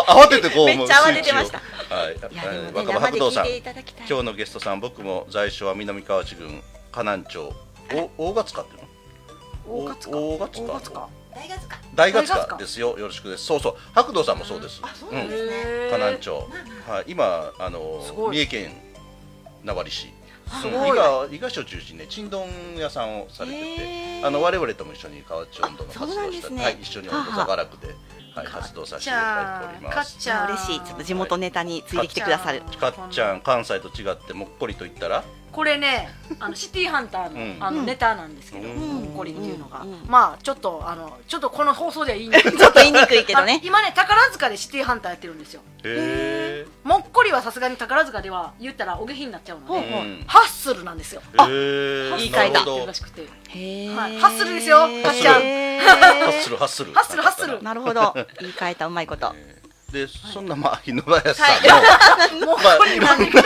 Speaker 1: 慌ててこう。
Speaker 3: *laughs* めっちゃ慌ててました
Speaker 1: スイッチを。はい、
Speaker 3: いやでもね
Speaker 1: 若葉白道さん
Speaker 3: 生で聞いていただきたい、
Speaker 1: 今日のゲストさん、僕も在所は南河内郡河南町。お、大勝かっていうの。
Speaker 2: 大勝か
Speaker 1: 大勝か
Speaker 2: 大勝か
Speaker 3: 大学か。
Speaker 1: 大勝
Speaker 2: 大勝
Speaker 1: か
Speaker 2: か
Speaker 1: ですよ。よろしくです。そうそう、白道さんもそうです。
Speaker 3: そう
Speaker 1: う
Speaker 3: なん
Speaker 1: ん
Speaker 3: で。すね。
Speaker 2: へー
Speaker 1: 河南町、はい、今あの
Speaker 2: すごい
Speaker 1: 三重県名張市
Speaker 2: ごい
Speaker 1: うん伊賀伊賀市を中心にねちんどん屋さんをされて
Speaker 3: へ
Speaker 1: て
Speaker 3: ー
Speaker 1: あの我々とも一緒に河内温度の活動
Speaker 3: あそうなん
Speaker 1: を
Speaker 3: で
Speaker 1: した
Speaker 3: す
Speaker 1: り、
Speaker 3: ね
Speaker 1: はい、一緒に温度座がらくで、はい、活動させていただいており
Speaker 2: か
Speaker 1: ま
Speaker 2: っ
Speaker 1: す
Speaker 2: ちゃん
Speaker 3: 嬉しいちょっと地元ネタについてきてくださる
Speaker 1: かっちゃん関西と違ってもっこりと言ったら
Speaker 2: これねあのシティーハンターの,、
Speaker 1: うん
Speaker 2: あのネタなんですけど、
Speaker 1: うん
Speaker 2: ほっこりっていうのが、
Speaker 3: うん
Speaker 2: まあちょっとあのちょっとこの放送では言いにくい
Speaker 3: *laughs* ちょっと言いにくいけどね
Speaker 2: あの今ね宝塚でシティーハンターやってるんですよ
Speaker 1: へえ
Speaker 2: もっこりはさすがに宝塚では言ったらお下品になっちゃうので、
Speaker 3: ほうほ
Speaker 1: うん
Speaker 2: ハッスルなんですよ
Speaker 1: あへ
Speaker 2: ハッス
Speaker 1: え
Speaker 2: ル
Speaker 1: なる
Speaker 2: や
Speaker 1: ほ
Speaker 2: ってる
Speaker 1: ど
Speaker 2: らしくて
Speaker 3: へー
Speaker 2: はいハッスルですよ
Speaker 1: かっちゃん
Speaker 3: へー
Speaker 1: ハッスルハッスル
Speaker 2: ハッスルハッスル
Speaker 3: なるほど言い換えたうまいこと。
Speaker 1: でそんなまあ日野林さん
Speaker 2: もう
Speaker 1: まあ
Speaker 2: これなんで
Speaker 3: もう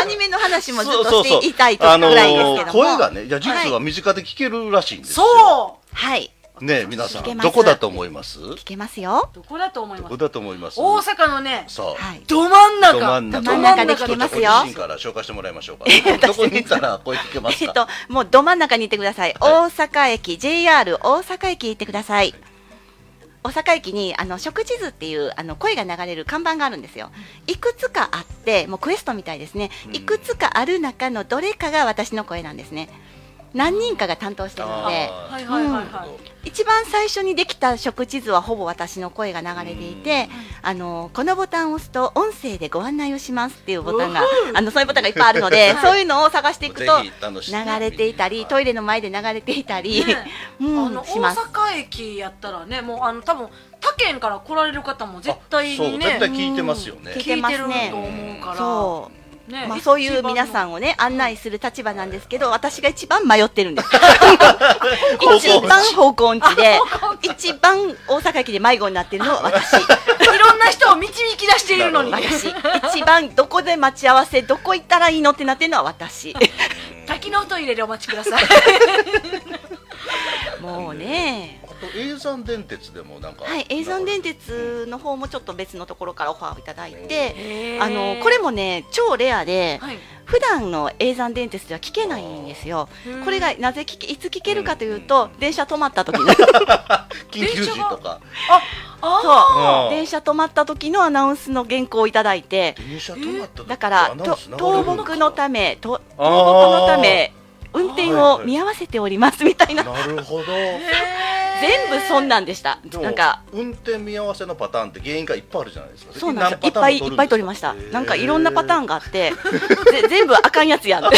Speaker 3: アニメの話もずっとしていたいと
Speaker 1: あの
Speaker 3: ぐらいですけども、
Speaker 1: ー声がね、じゃあ
Speaker 3: はい
Speaker 1: 実は身近で聞けるらしいんですよ。
Speaker 2: そう
Speaker 3: はい
Speaker 1: ねえ皆さ
Speaker 3: 聞け
Speaker 1: ん、
Speaker 3: ます
Speaker 1: どこだと思います？ど
Speaker 3: 聞けますよ。
Speaker 2: どこだと思います
Speaker 1: こだと思います？
Speaker 2: 大阪のね
Speaker 1: さあ、
Speaker 3: はい。
Speaker 2: ど真ん中
Speaker 1: ど真ん中
Speaker 3: ど真ん中で聞け
Speaker 1: ちょ
Speaker 3: ま
Speaker 1: っと
Speaker 3: す
Speaker 1: ご
Speaker 3: よ
Speaker 1: 自身から紹介してもらいましょうか。どこにから声聞けま
Speaker 3: え
Speaker 1: す
Speaker 3: っ
Speaker 1: か
Speaker 3: と？もうど真ん中に行ってください。
Speaker 1: は
Speaker 3: 大阪駅 JR 大阪駅行ってください。大阪駅にあの食地図っていうあの声が流れる看板があるんですよ。いくつかあって、もうクエストみたいですね
Speaker 1: う。ん
Speaker 3: いくつかある中のどれかが私の声なんですね。何人かが担当してるので。
Speaker 1: あー
Speaker 2: はいはいはいはい、
Speaker 3: 一番最初にできた食地図はほぼ私の声が流れていて、あのこのボタンを押すと音声でご案内をしますっていうボタンがあのそういうボタンがいっぱいあるの *laughs* で、そういうのを探していくと
Speaker 1: ぜひ楽しんで
Speaker 3: 流れていたりトイレの前で流れていたり、
Speaker 2: ねあ
Speaker 3: う
Speaker 2: の
Speaker 3: ん
Speaker 2: 大
Speaker 3: します。
Speaker 2: 阪駅やったらねもうあの多分他県から来られる方も絶対
Speaker 1: そう
Speaker 2: にね
Speaker 1: 絶対聞いてますよね
Speaker 3: う
Speaker 2: 聞
Speaker 3: ん。
Speaker 2: いてる
Speaker 3: 聞いてますね
Speaker 2: と思うから、
Speaker 3: そう
Speaker 2: ね
Speaker 3: う、まあそういう皆さ
Speaker 2: ん
Speaker 3: んをね案内する立場なんですけど、私が一番迷ってるんです。 *laughs* 一番方向音痴で、一番大阪駅で迷子になってるのは私。
Speaker 2: いろんな人を導き出しているのに
Speaker 1: なる
Speaker 3: 私一番どこで待ち合わせどこ行ったらいいのってなってるのは
Speaker 1: *laughs*
Speaker 3: 私
Speaker 2: 滝のトイレでお待ちください
Speaker 3: もうね
Speaker 1: あと永山電鉄でもなんか。
Speaker 3: はい映像電鉄の方もちょっと別のところからオファーをいただいて、
Speaker 2: へー
Speaker 3: *laughs* あのこれもね超レアで、
Speaker 2: はい
Speaker 3: 普段の永山電鉄では聞けないんですよ
Speaker 2: うん
Speaker 3: これがなぜ聞けいつ聞けるかという
Speaker 1: う
Speaker 3: と
Speaker 1: ん
Speaker 3: 電車止まった
Speaker 1: *laughs*
Speaker 3: 時の
Speaker 1: 緊急時とか。
Speaker 2: あ
Speaker 3: そううん電車止まった時のアナウンスの原稿をいただいて
Speaker 1: 電車止まった時
Speaker 3: だから
Speaker 1: アナウ
Speaker 3: と
Speaker 1: ンス流れる
Speaker 3: 倒
Speaker 1: のか
Speaker 3: 木のためと倒
Speaker 1: あー
Speaker 3: 木のため運転を見合わせておりますみたいな
Speaker 1: なるほど。
Speaker 3: 全部そんなんでした
Speaker 1: で。も
Speaker 3: *laughs* なんか
Speaker 1: 運転見合わせのパターンって原因がいっぱいあるじゃないですか。
Speaker 3: そうなんですよ。いっぱいいっぱい取りました。なんかいろんなパター
Speaker 1: ン
Speaker 3: ンがあって、ぜ全部あかんやつやん。
Speaker 1: *laughs*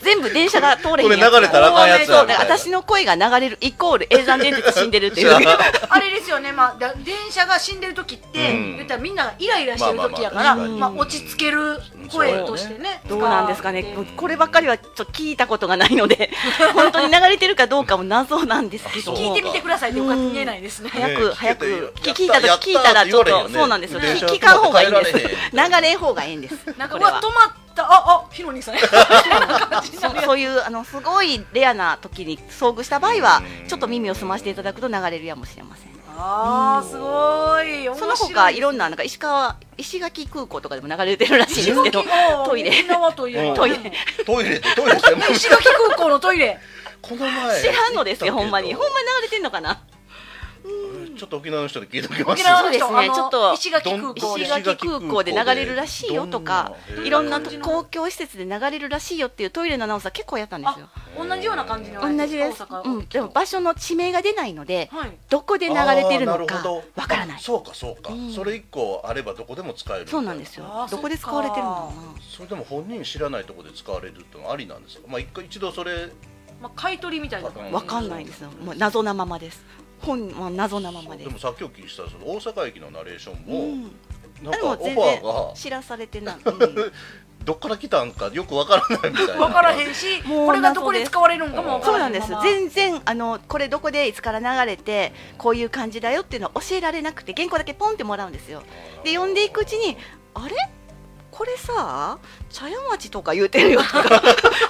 Speaker 3: 全部電車が通れへんやつ。
Speaker 1: これ流れたらあかんやつや
Speaker 3: そ
Speaker 1: み
Speaker 3: う、
Speaker 1: たい
Speaker 3: だか
Speaker 1: な
Speaker 3: ら私の声が流れるイコール永山電鉄死んでるっ
Speaker 1: *laughs*
Speaker 3: ていう。 *laughs*
Speaker 2: あれですよね、まあ、だ電車が死んでる時って、
Speaker 1: うん
Speaker 2: 言ったらみんながイライラしてる時やから、
Speaker 1: ま
Speaker 2: ま
Speaker 1: あま
Speaker 2: あ
Speaker 1: あまあ
Speaker 2: 落ち着ける声としてね、
Speaker 3: どうなんですかね。
Speaker 2: 使
Speaker 3: こ
Speaker 2: って
Speaker 3: こればっかりはちょっと聞いたことがないので、 *laughs* 本当に流れてるかどうかも謎なんですけど
Speaker 1: あそう
Speaker 2: 聞い
Speaker 3: も
Speaker 2: て。みてくださいって、よか言えないですね。
Speaker 3: 早
Speaker 1: ね
Speaker 3: く早く
Speaker 1: 聞けて
Speaker 3: 聞いたと
Speaker 1: やった
Speaker 3: 聞いたらちょっ
Speaker 1: やったって言われへんよ
Speaker 3: と
Speaker 1: ね
Speaker 3: そうなんですよ。
Speaker 1: ね
Speaker 3: 聞聞かん方がいいんで
Speaker 1: 帰
Speaker 3: す。
Speaker 1: られへん
Speaker 3: 流れん方がいいんです。
Speaker 2: なんか、
Speaker 3: こ
Speaker 2: う
Speaker 3: れは
Speaker 2: わ、止まった、あ、あ、ヒロニーさん
Speaker 3: *laughs*
Speaker 2: や。
Speaker 3: そう *laughs* そういうあのすごいレアな時に遭遇した場合は
Speaker 1: うん
Speaker 3: ちょっと耳を澄ましていただくと流れるやもしれません
Speaker 2: あー、すごい。面白い
Speaker 3: その他いろんななんか石川石垣空港とかでも流れてるらしいんですけど
Speaker 2: 石垣あー
Speaker 3: トイレ
Speaker 2: 沖縄といえば
Speaker 1: ト
Speaker 3: イレ。
Speaker 1: トイレでトイレ専門
Speaker 2: 石垣空港のトイレ。
Speaker 1: この前
Speaker 3: *laughs* 知らんのですよほんまに
Speaker 1: 行
Speaker 3: ほ
Speaker 1: っ
Speaker 3: んまに流れてんのかな
Speaker 1: たけどちょっと沖縄の人で聞いておきます
Speaker 2: 沖縄の
Speaker 3: そうで
Speaker 2: 人
Speaker 3: すね
Speaker 2: あの
Speaker 3: ちょっと
Speaker 2: 石垣空
Speaker 1: どん
Speaker 2: 港で
Speaker 3: 石垣空港で流れるらしいよとか
Speaker 1: どんない
Speaker 3: ろんなと公共施設で流れるらしいよっていうトイレのアナウンスは結構やったんですよ
Speaker 2: 同じような感じのあ
Speaker 3: 同
Speaker 2: れ
Speaker 3: じです
Speaker 2: 大、阪
Speaker 3: うん、でも場所の地名が出ないので
Speaker 2: はい
Speaker 3: どこで流れてるの
Speaker 1: あー
Speaker 3: か
Speaker 1: なほど
Speaker 3: わからない
Speaker 1: あそうかそうか
Speaker 3: うん
Speaker 1: それ一個あればどこでも使えるみたい
Speaker 3: そうなんで
Speaker 2: あ
Speaker 3: すよ
Speaker 2: ー
Speaker 3: どこで使われてるのかな
Speaker 1: それでも本人知らないところで使われるってのはありなんですかまあ一回一度それ
Speaker 2: まあ買い取りみたいな
Speaker 1: うん
Speaker 3: わかんないんですよ。もう謎なままです。本は謎なままで。
Speaker 1: ですもさっきお聞きしたその大阪駅のナレーション
Speaker 3: う
Speaker 1: も
Speaker 3: ん、
Speaker 1: なん
Speaker 3: で
Speaker 1: か
Speaker 3: も
Speaker 1: オファー
Speaker 3: 全然
Speaker 1: が
Speaker 3: 知らされて
Speaker 1: *laughs*
Speaker 3: ない。うん
Speaker 1: どっから来たんかよくわからないみたいな
Speaker 2: わからへんし
Speaker 3: もう
Speaker 2: これがどこで使われるんかもわか
Speaker 3: そう
Speaker 2: ら
Speaker 3: なん
Speaker 2: へ
Speaker 3: で
Speaker 2: ん
Speaker 3: す
Speaker 2: まま。
Speaker 3: 全然あのこれどこでいつから流れてこういう感じだよっていうのは教えられなくて原稿だけポンってもらうんですよ。で読んでいくうちにあれこれさ茶屋町とか言うてるよと
Speaker 1: *laughs*
Speaker 3: か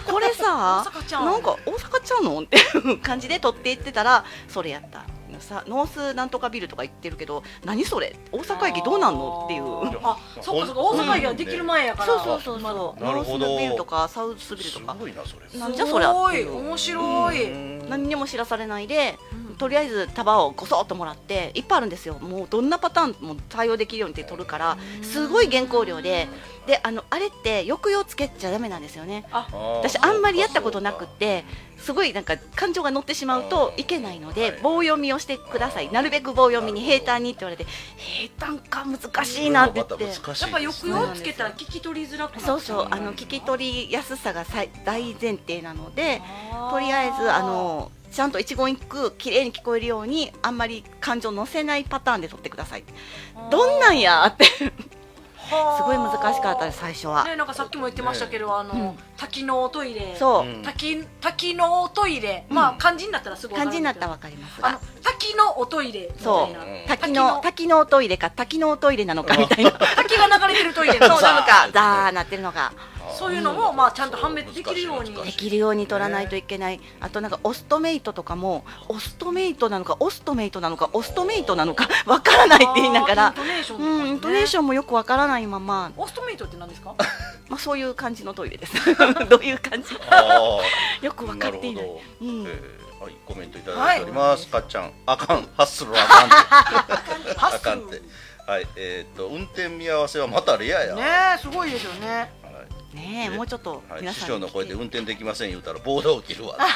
Speaker 3: これ
Speaker 2: 大
Speaker 3: さ
Speaker 2: 阪ちゃん
Speaker 3: なんか大阪ちゃうのっていう感じで取っていってたらそれやった。さノースなんとかビルとか言ってるけど何それ大阪駅どうなんのっていう。
Speaker 2: あそっかそっか大阪駅ができる前やから
Speaker 3: そうそうそうそう。
Speaker 1: なるほど
Speaker 3: ノースビルとかサウスビルと
Speaker 1: す
Speaker 3: か
Speaker 1: ごいなそれ
Speaker 3: なんじゃそりゃ
Speaker 2: すご
Speaker 3: って
Speaker 2: い
Speaker 3: いう
Speaker 2: 面白い、
Speaker 1: うん
Speaker 3: 何にも知らされないで、
Speaker 2: うん
Speaker 3: とりあえず束をごそっともらっていっぱいあるんですよ。もうどんなパターンも対応できるようにって取るから、すごい原稿料でであのあれって抑揚つけちゃダメなんですよね
Speaker 1: あ
Speaker 3: 私あんまりやったことなくてすごいなんか感情が乗ってしまうといけないので棒読みをしてくださいなるべく棒読みに平坦にって言われて平坦か難しいなって言って
Speaker 2: やっぱ抑揚つけたら聞き取りづらくなっちゃ
Speaker 3: そうそうあの聞き取りやすさが最大前提なので
Speaker 2: あー
Speaker 3: とりあえずあのちゃんと一言一句綺麗に聞こえるようにあんまり感情乗せないパターンで取ってくださいどんなんやってす
Speaker 2: はー
Speaker 3: ごい難しかったです最初は
Speaker 2: ねなんかさっきも言ってましたけど、あの、
Speaker 3: うん
Speaker 2: 滝のおトイレ
Speaker 3: そううん
Speaker 2: 滝滝のおトイレ、まあ漢字になったらすごい
Speaker 3: 漢字になったらわかります
Speaker 2: あの
Speaker 3: が
Speaker 2: 滝のおトイレみたいな
Speaker 1: そううん
Speaker 3: 滝の滝のおトイレか滝のおトイレなのかみたいな
Speaker 2: 滝が流れてるトイレ
Speaker 3: そ
Speaker 2: の
Speaker 3: うなのか
Speaker 1: ザー
Speaker 3: ザーなってるのが
Speaker 2: そういうのもまあちゃんと判別できるように
Speaker 1: 難しい難
Speaker 3: で
Speaker 1: しい
Speaker 3: きるように取らないといけないあとなんかオストメイトとかもオストメイトなのかオストメイトなのかオストメイトなのかわからないって言いなが
Speaker 2: あーイ
Speaker 3: ら
Speaker 2: ントネーションとか
Speaker 3: う
Speaker 2: ね
Speaker 3: ん、イントネーションもよくわからないまま、
Speaker 2: オストメイトって何ですか
Speaker 3: まあ、そういう感じのトイレです。どういう感じ
Speaker 1: あ
Speaker 3: よく
Speaker 1: ー
Speaker 3: 分
Speaker 1: な
Speaker 3: か
Speaker 1: る
Speaker 3: って
Speaker 1: ほ
Speaker 3: いない。
Speaker 1: ど、
Speaker 3: うん
Speaker 1: えーはいコメントいただいております、かっちゃんあかんハッスル
Speaker 2: *laughs*
Speaker 1: あかんってあかんってはいえーっと運転見合わせはまたレアや、
Speaker 2: ねえすごいですよね
Speaker 1: はい
Speaker 3: ねえ、もうちょっと
Speaker 1: はい、
Speaker 3: 皆
Speaker 1: 師
Speaker 3: さん
Speaker 1: 匠
Speaker 3: に
Speaker 1: の
Speaker 3: 聞
Speaker 1: 声
Speaker 3: いて
Speaker 1: で運転できません言うたら暴動起きるわ *laughs*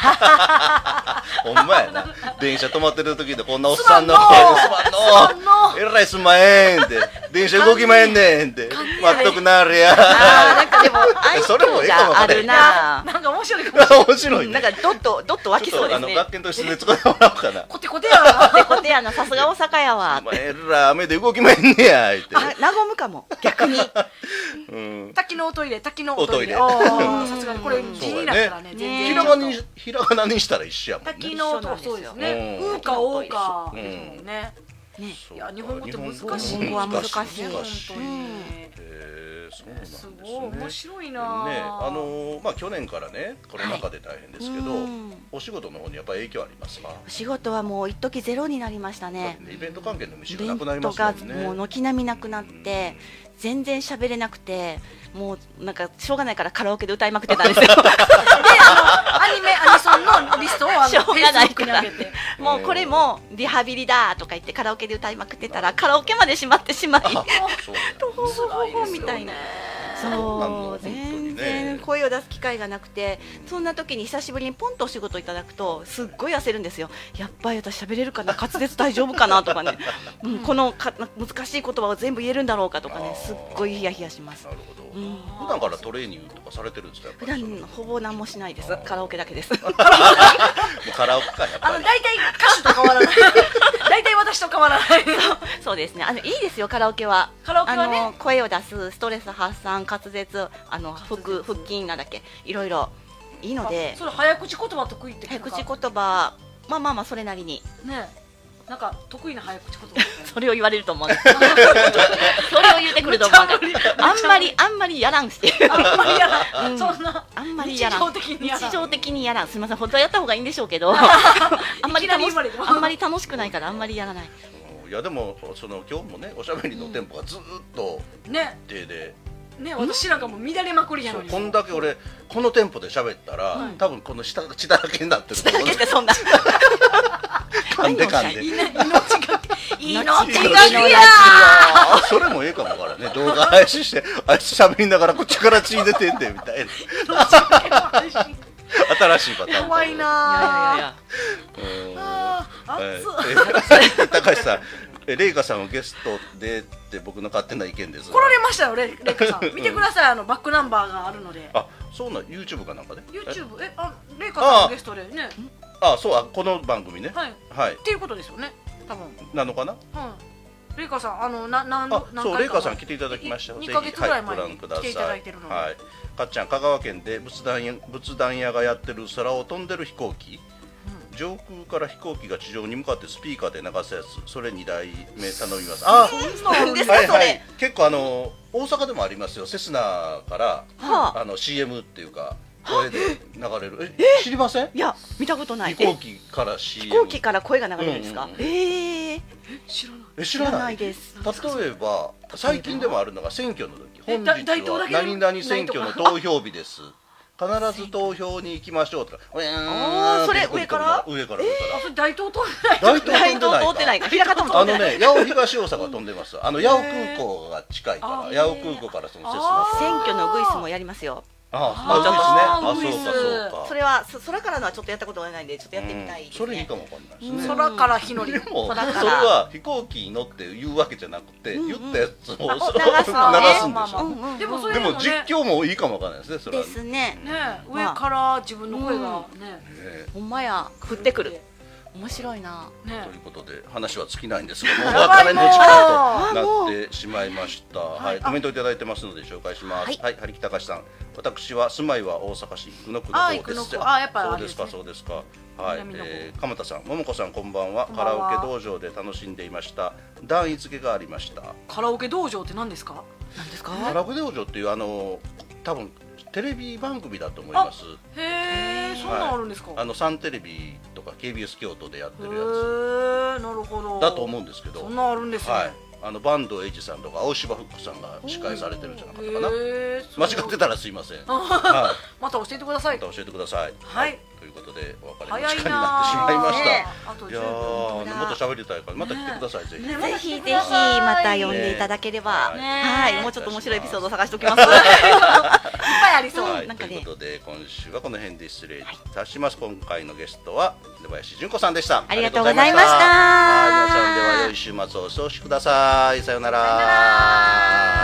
Speaker 1: ほんまやな電車止まってる時でこんなおっさんの声ですまんのえらいすんまへんって電車動きまへんねんって待っとくなれや
Speaker 3: ああ、なんかでも
Speaker 1: *laughs*
Speaker 3: 愛
Speaker 1: それもい
Speaker 3: 嬌
Speaker 1: いかも
Speaker 3: があるな。
Speaker 2: なんか面白いかもしれない
Speaker 1: 面白い
Speaker 3: な
Speaker 1: ね
Speaker 3: んかドッとドッと湧き
Speaker 1: ち
Speaker 3: そ
Speaker 1: ょっ
Speaker 3: う
Speaker 1: と
Speaker 3: で
Speaker 1: あ
Speaker 3: す
Speaker 1: の
Speaker 3: ね。
Speaker 1: 学研としてで使ってもらおうかな
Speaker 2: コテコテやな
Speaker 3: でこてやな、さすが大阪やわ
Speaker 1: *laughs* お。前えら雨で動きまへんねや言って
Speaker 3: あ、和むかも。逆に。
Speaker 1: うん
Speaker 2: 滝のおトイレ滝のおトイレ
Speaker 1: おトイレ
Speaker 2: あーさすがにこれ
Speaker 3: うん
Speaker 2: 字になったらね
Speaker 3: そうだね
Speaker 2: 全
Speaker 1: ひ
Speaker 2: 然
Speaker 1: らが
Speaker 2: ちょっと
Speaker 1: なにひらがなにしたら一緒やもんね
Speaker 2: 滝の音そうですね
Speaker 1: うん
Speaker 2: うーかおうかですもんね
Speaker 3: ね、
Speaker 1: そう
Speaker 2: いや日本語って難しい
Speaker 3: 日本語は難しい
Speaker 2: 本当にね
Speaker 1: へーそうなんです
Speaker 2: す
Speaker 1: ね
Speaker 2: ごい面白いなあ
Speaker 1: ねあのーまあ去年からねコロナ禍で大変ですけど、
Speaker 3: うん
Speaker 1: お仕事の方にやっぱ影響ありますか、
Speaker 3: お仕事はもう一時ゼロになりました
Speaker 1: だっ
Speaker 3: ね
Speaker 1: て。ねイベント関係の虫
Speaker 3: イ
Speaker 1: が
Speaker 3: ベ
Speaker 1: な
Speaker 3: ン
Speaker 1: くなり
Speaker 3: ト
Speaker 1: ます
Speaker 3: が
Speaker 1: もんね
Speaker 3: もう軒並みなくなって、全然喋れなくて、もうなんかしょうがないからカラオケで歌いまくってた
Speaker 1: *laughs*
Speaker 3: んですよ。
Speaker 2: であのアニメアニソンのリストをあの
Speaker 3: しょうがない
Speaker 2: Facebook
Speaker 3: か
Speaker 2: に
Speaker 3: ら
Speaker 2: 上げて
Speaker 3: もうこれもリハビリだとか言ってカラオケで歌いまくってたらカラオケまで閉まってしまい
Speaker 1: あそうなんだ
Speaker 3: ほほほほみたいな。
Speaker 1: そ
Speaker 3: そうう
Speaker 1: なん
Speaker 3: 全
Speaker 1: だ
Speaker 3: 然声を出す機会がなくてそんな時に久しぶりにポンとお仕事いただくとすっごい焦るんですよやっぱり私喋れるかな滑舌大丈夫かなとかね、うん、このか難しい言葉を全部言えるんだろうかとかねすっごいヒヤヒヤします
Speaker 1: なるほど、
Speaker 3: うん
Speaker 1: 普段からトレーニングとかされてるんですかやっぱ
Speaker 3: 普
Speaker 1: り
Speaker 3: 段
Speaker 1: そのも
Speaker 3: ほぼ何もしないですカラオケだけです *laughs*
Speaker 1: うカラオケかやっ
Speaker 2: あ
Speaker 1: ぱ
Speaker 2: の大
Speaker 1: り
Speaker 2: 体歌手と変わらない *laughs* 大体私と変わらない
Speaker 3: そうですねあのいいですよカラオケは
Speaker 2: カラオケはね
Speaker 3: あの声を出すストレス発散滑舌あの腹腹筋なんだっけいろいろいいので
Speaker 2: あそれ早口言葉得意って聞
Speaker 3: 早
Speaker 2: くか
Speaker 3: 口言葉まあまあまあそれなりに
Speaker 2: ねなんか得意な早口言葉
Speaker 3: それを言われると思う
Speaker 2: *laughs*
Speaker 3: んですそれを言ってくると思うんだ
Speaker 2: めっちゃ無理
Speaker 3: あんまりあんまりやらんして
Speaker 2: あんまりやらん、
Speaker 3: うん
Speaker 2: そんな
Speaker 3: あんまりやら
Speaker 2: 日常
Speaker 3: ん
Speaker 2: 的にやらん
Speaker 3: 日常的にやらんすみません本当はやった方がいいんでしょう
Speaker 2: *laughs*
Speaker 3: けどあんまり楽
Speaker 2: いき
Speaker 3: し
Speaker 2: なり言われても
Speaker 3: あんまり楽しくないからあんまりやらない
Speaker 1: いやでもその今日もねおしゃべりのテンポがずーっと
Speaker 2: ね
Speaker 1: 低で、
Speaker 2: ね私なんかもう乱れまくりや
Speaker 1: そ
Speaker 2: の
Speaker 1: う
Speaker 2: に
Speaker 1: こんだけ俺このテンポで喋ったら、多分この下が血だらけになってると思う
Speaker 3: だけどそんな
Speaker 1: 噛んで噛んで
Speaker 2: いな命が命がけや
Speaker 1: あそれもええかもわからんね動画配信してあいつ喋りながらこっちから血出てんでみたいな新しいパターン
Speaker 2: 怖いない
Speaker 3: やいや
Speaker 1: うん
Speaker 2: あ
Speaker 3: いやいや
Speaker 2: あー熱っ
Speaker 1: はいえ高橋さんえレイカさんをゲストでって僕の勝手な意見ですが
Speaker 2: 来られましたよレレッ
Speaker 1: *laughs*
Speaker 2: カさん見てくださいあのバックナンバーがあるので
Speaker 1: あそうなん YouTube かなんかで
Speaker 2: YouTube えあレイカさん
Speaker 1: あ
Speaker 2: の
Speaker 1: ー
Speaker 2: ゲストでね
Speaker 1: えあそうあこの番組ね
Speaker 2: はいっ
Speaker 1: はい
Speaker 2: ていうことですよね多分
Speaker 1: なのかな
Speaker 2: はいレイカさんあのななん
Speaker 1: あ
Speaker 2: 何
Speaker 1: そうレ
Speaker 2: 回
Speaker 1: イ
Speaker 2: か前
Speaker 1: カさん来ていただきましたよ
Speaker 2: い
Speaker 1: ぜ
Speaker 2: い
Speaker 1: ひ
Speaker 2: 二ヶ月ぐらい前
Speaker 1: はご覧
Speaker 2: に
Speaker 1: くだ
Speaker 2: 来ていただいてるので
Speaker 1: はいかっちゃん香川県で仏壇屋仏壇屋がやってる空を飛んでる飛行機上空から飛行機が地上に向かってスピーカーで流すやつそれ2台目頼みますあ
Speaker 3: なんですか
Speaker 1: はい
Speaker 3: そ
Speaker 1: は
Speaker 3: れ
Speaker 1: い結構あの大阪でもありますよセスナから
Speaker 3: はあ
Speaker 1: あの CM っていうか声で流れるえ知りません
Speaker 3: いや見たことない
Speaker 1: 飛行
Speaker 3: え
Speaker 1: 機から
Speaker 3: 飛
Speaker 1: CM
Speaker 3: 行機から声が流れるんですか
Speaker 1: うんうん
Speaker 3: ええ
Speaker 2: 知らない
Speaker 1: え知
Speaker 3: 知
Speaker 1: ら
Speaker 3: ら
Speaker 1: な
Speaker 3: ないいです
Speaker 1: 例えば最近でもあるのが選挙の時
Speaker 2: え
Speaker 1: 本日
Speaker 2: 大統
Speaker 1: は
Speaker 2: 領だけ
Speaker 1: 何々選挙の投票日です必ず投票に行きましょうとかうえーん
Speaker 3: あーそれ上から
Speaker 1: 上から上から
Speaker 2: あそれ大東通れない
Speaker 1: 大東
Speaker 3: ライト通ってない
Speaker 1: か
Speaker 3: か、平方も通
Speaker 1: あ
Speaker 3: って
Speaker 1: の
Speaker 3: ない。
Speaker 1: ね八尾東大阪飛んでますあの八尾空港が近いから
Speaker 2: あ
Speaker 1: 八尾空港からその説な
Speaker 3: 選挙のグイスもやりますよ。
Speaker 1: ああそうですねあそうかそう
Speaker 2: あウイルス
Speaker 3: そ
Speaker 1: か
Speaker 3: れはそ空からのはちょっとやったことがないんで、ちょっとやってみたい
Speaker 1: うん
Speaker 3: です
Speaker 1: それいい
Speaker 3: ね
Speaker 1: か。もわかんないですね
Speaker 2: 空から火のり
Speaker 1: でもそれ
Speaker 3: だから
Speaker 1: は飛行機に乗って言うわけじゃなくて、
Speaker 3: うんうん
Speaker 1: 言ったやつをそ
Speaker 3: あ
Speaker 1: の
Speaker 3: 流すの
Speaker 1: 流すん
Speaker 3: ね
Speaker 1: でしょ、
Speaker 2: まあまあ
Speaker 3: うんうんうん
Speaker 2: でもそうい
Speaker 1: で
Speaker 2: うの
Speaker 1: も
Speaker 2: ね
Speaker 1: 実況もいいかもわかんないですねそれ
Speaker 3: で
Speaker 1: は
Speaker 3: すね。
Speaker 2: ね上から自分の声がね
Speaker 1: え
Speaker 3: ほんまや、降ってくる。面白いな。
Speaker 1: え
Speaker 2: ね
Speaker 1: ということで話は尽きないんですが
Speaker 2: *laughs*
Speaker 1: もうお別れの時間となってしまいましたはい、コメントいただいてますので紹介しますは、
Speaker 3: はいい
Speaker 1: 張木隆さん私は住まいは大阪市生野区の
Speaker 2: あ
Speaker 1: 方
Speaker 2: ー
Speaker 1: です
Speaker 2: 生野区あーやっぱり
Speaker 1: そ
Speaker 2: あ
Speaker 1: う
Speaker 2: れ
Speaker 1: で
Speaker 2: ですす
Speaker 1: か
Speaker 2: ね
Speaker 1: そうですかはい
Speaker 2: 南の方
Speaker 1: えー鎌田さん桃子さんこんばんは
Speaker 2: んばんは
Speaker 1: カラオケ道場で楽しんでいました段位付けがありました
Speaker 2: カラオケ道場って何ですか
Speaker 3: なんです
Speaker 1: カ
Speaker 3: か。
Speaker 1: ラオケ道場っていうあの多分テレビ番組だと思います
Speaker 2: へえそんなんあるんですか
Speaker 1: あのサンテレビとか KBS 京都でやっ
Speaker 2: へ
Speaker 1: てるやつ
Speaker 2: えなるほど
Speaker 1: だと思うんですけど
Speaker 2: そんなんあるんですね
Speaker 1: はい、あの坂東栄治さんとか青柴ふっ子さんが司会されてるんじゃなかったかな
Speaker 2: へー
Speaker 1: 間違ってたらすいません、はい、
Speaker 2: また教えてくださ
Speaker 1: また
Speaker 2: い
Speaker 1: 教えてください、
Speaker 2: はい
Speaker 1: ということでお別れの
Speaker 2: 早
Speaker 1: 時
Speaker 2: い
Speaker 1: 間
Speaker 2: な
Speaker 1: になってしまいまし
Speaker 2: ね
Speaker 1: た
Speaker 2: あと
Speaker 1: いや
Speaker 2: 10
Speaker 1: ーもっと喋りたいからまた来てください、ぜひ、
Speaker 3: ぜ *laughs* ひぜひ
Speaker 2: また
Speaker 3: また呼んでいただければ、
Speaker 1: ね
Speaker 3: はい、もうちょっと面白いエピソード探しておきます。は
Speaker 2: 分
Speaker 3: い
Speaker 2: いっぱいありそう
Speaker 1: はい、
Speaker 3: なん
Speaker 1: と
Speaker 3: かね
Speaker 1: いうことで今週はこの辺で失礼いたします、今回のゲストは出林純子さんでした
Speaker 3: ありがとうございました
Speaker 1: ありがとうございましたはい皆さんでは良い週末をお過ごしくださいさようなら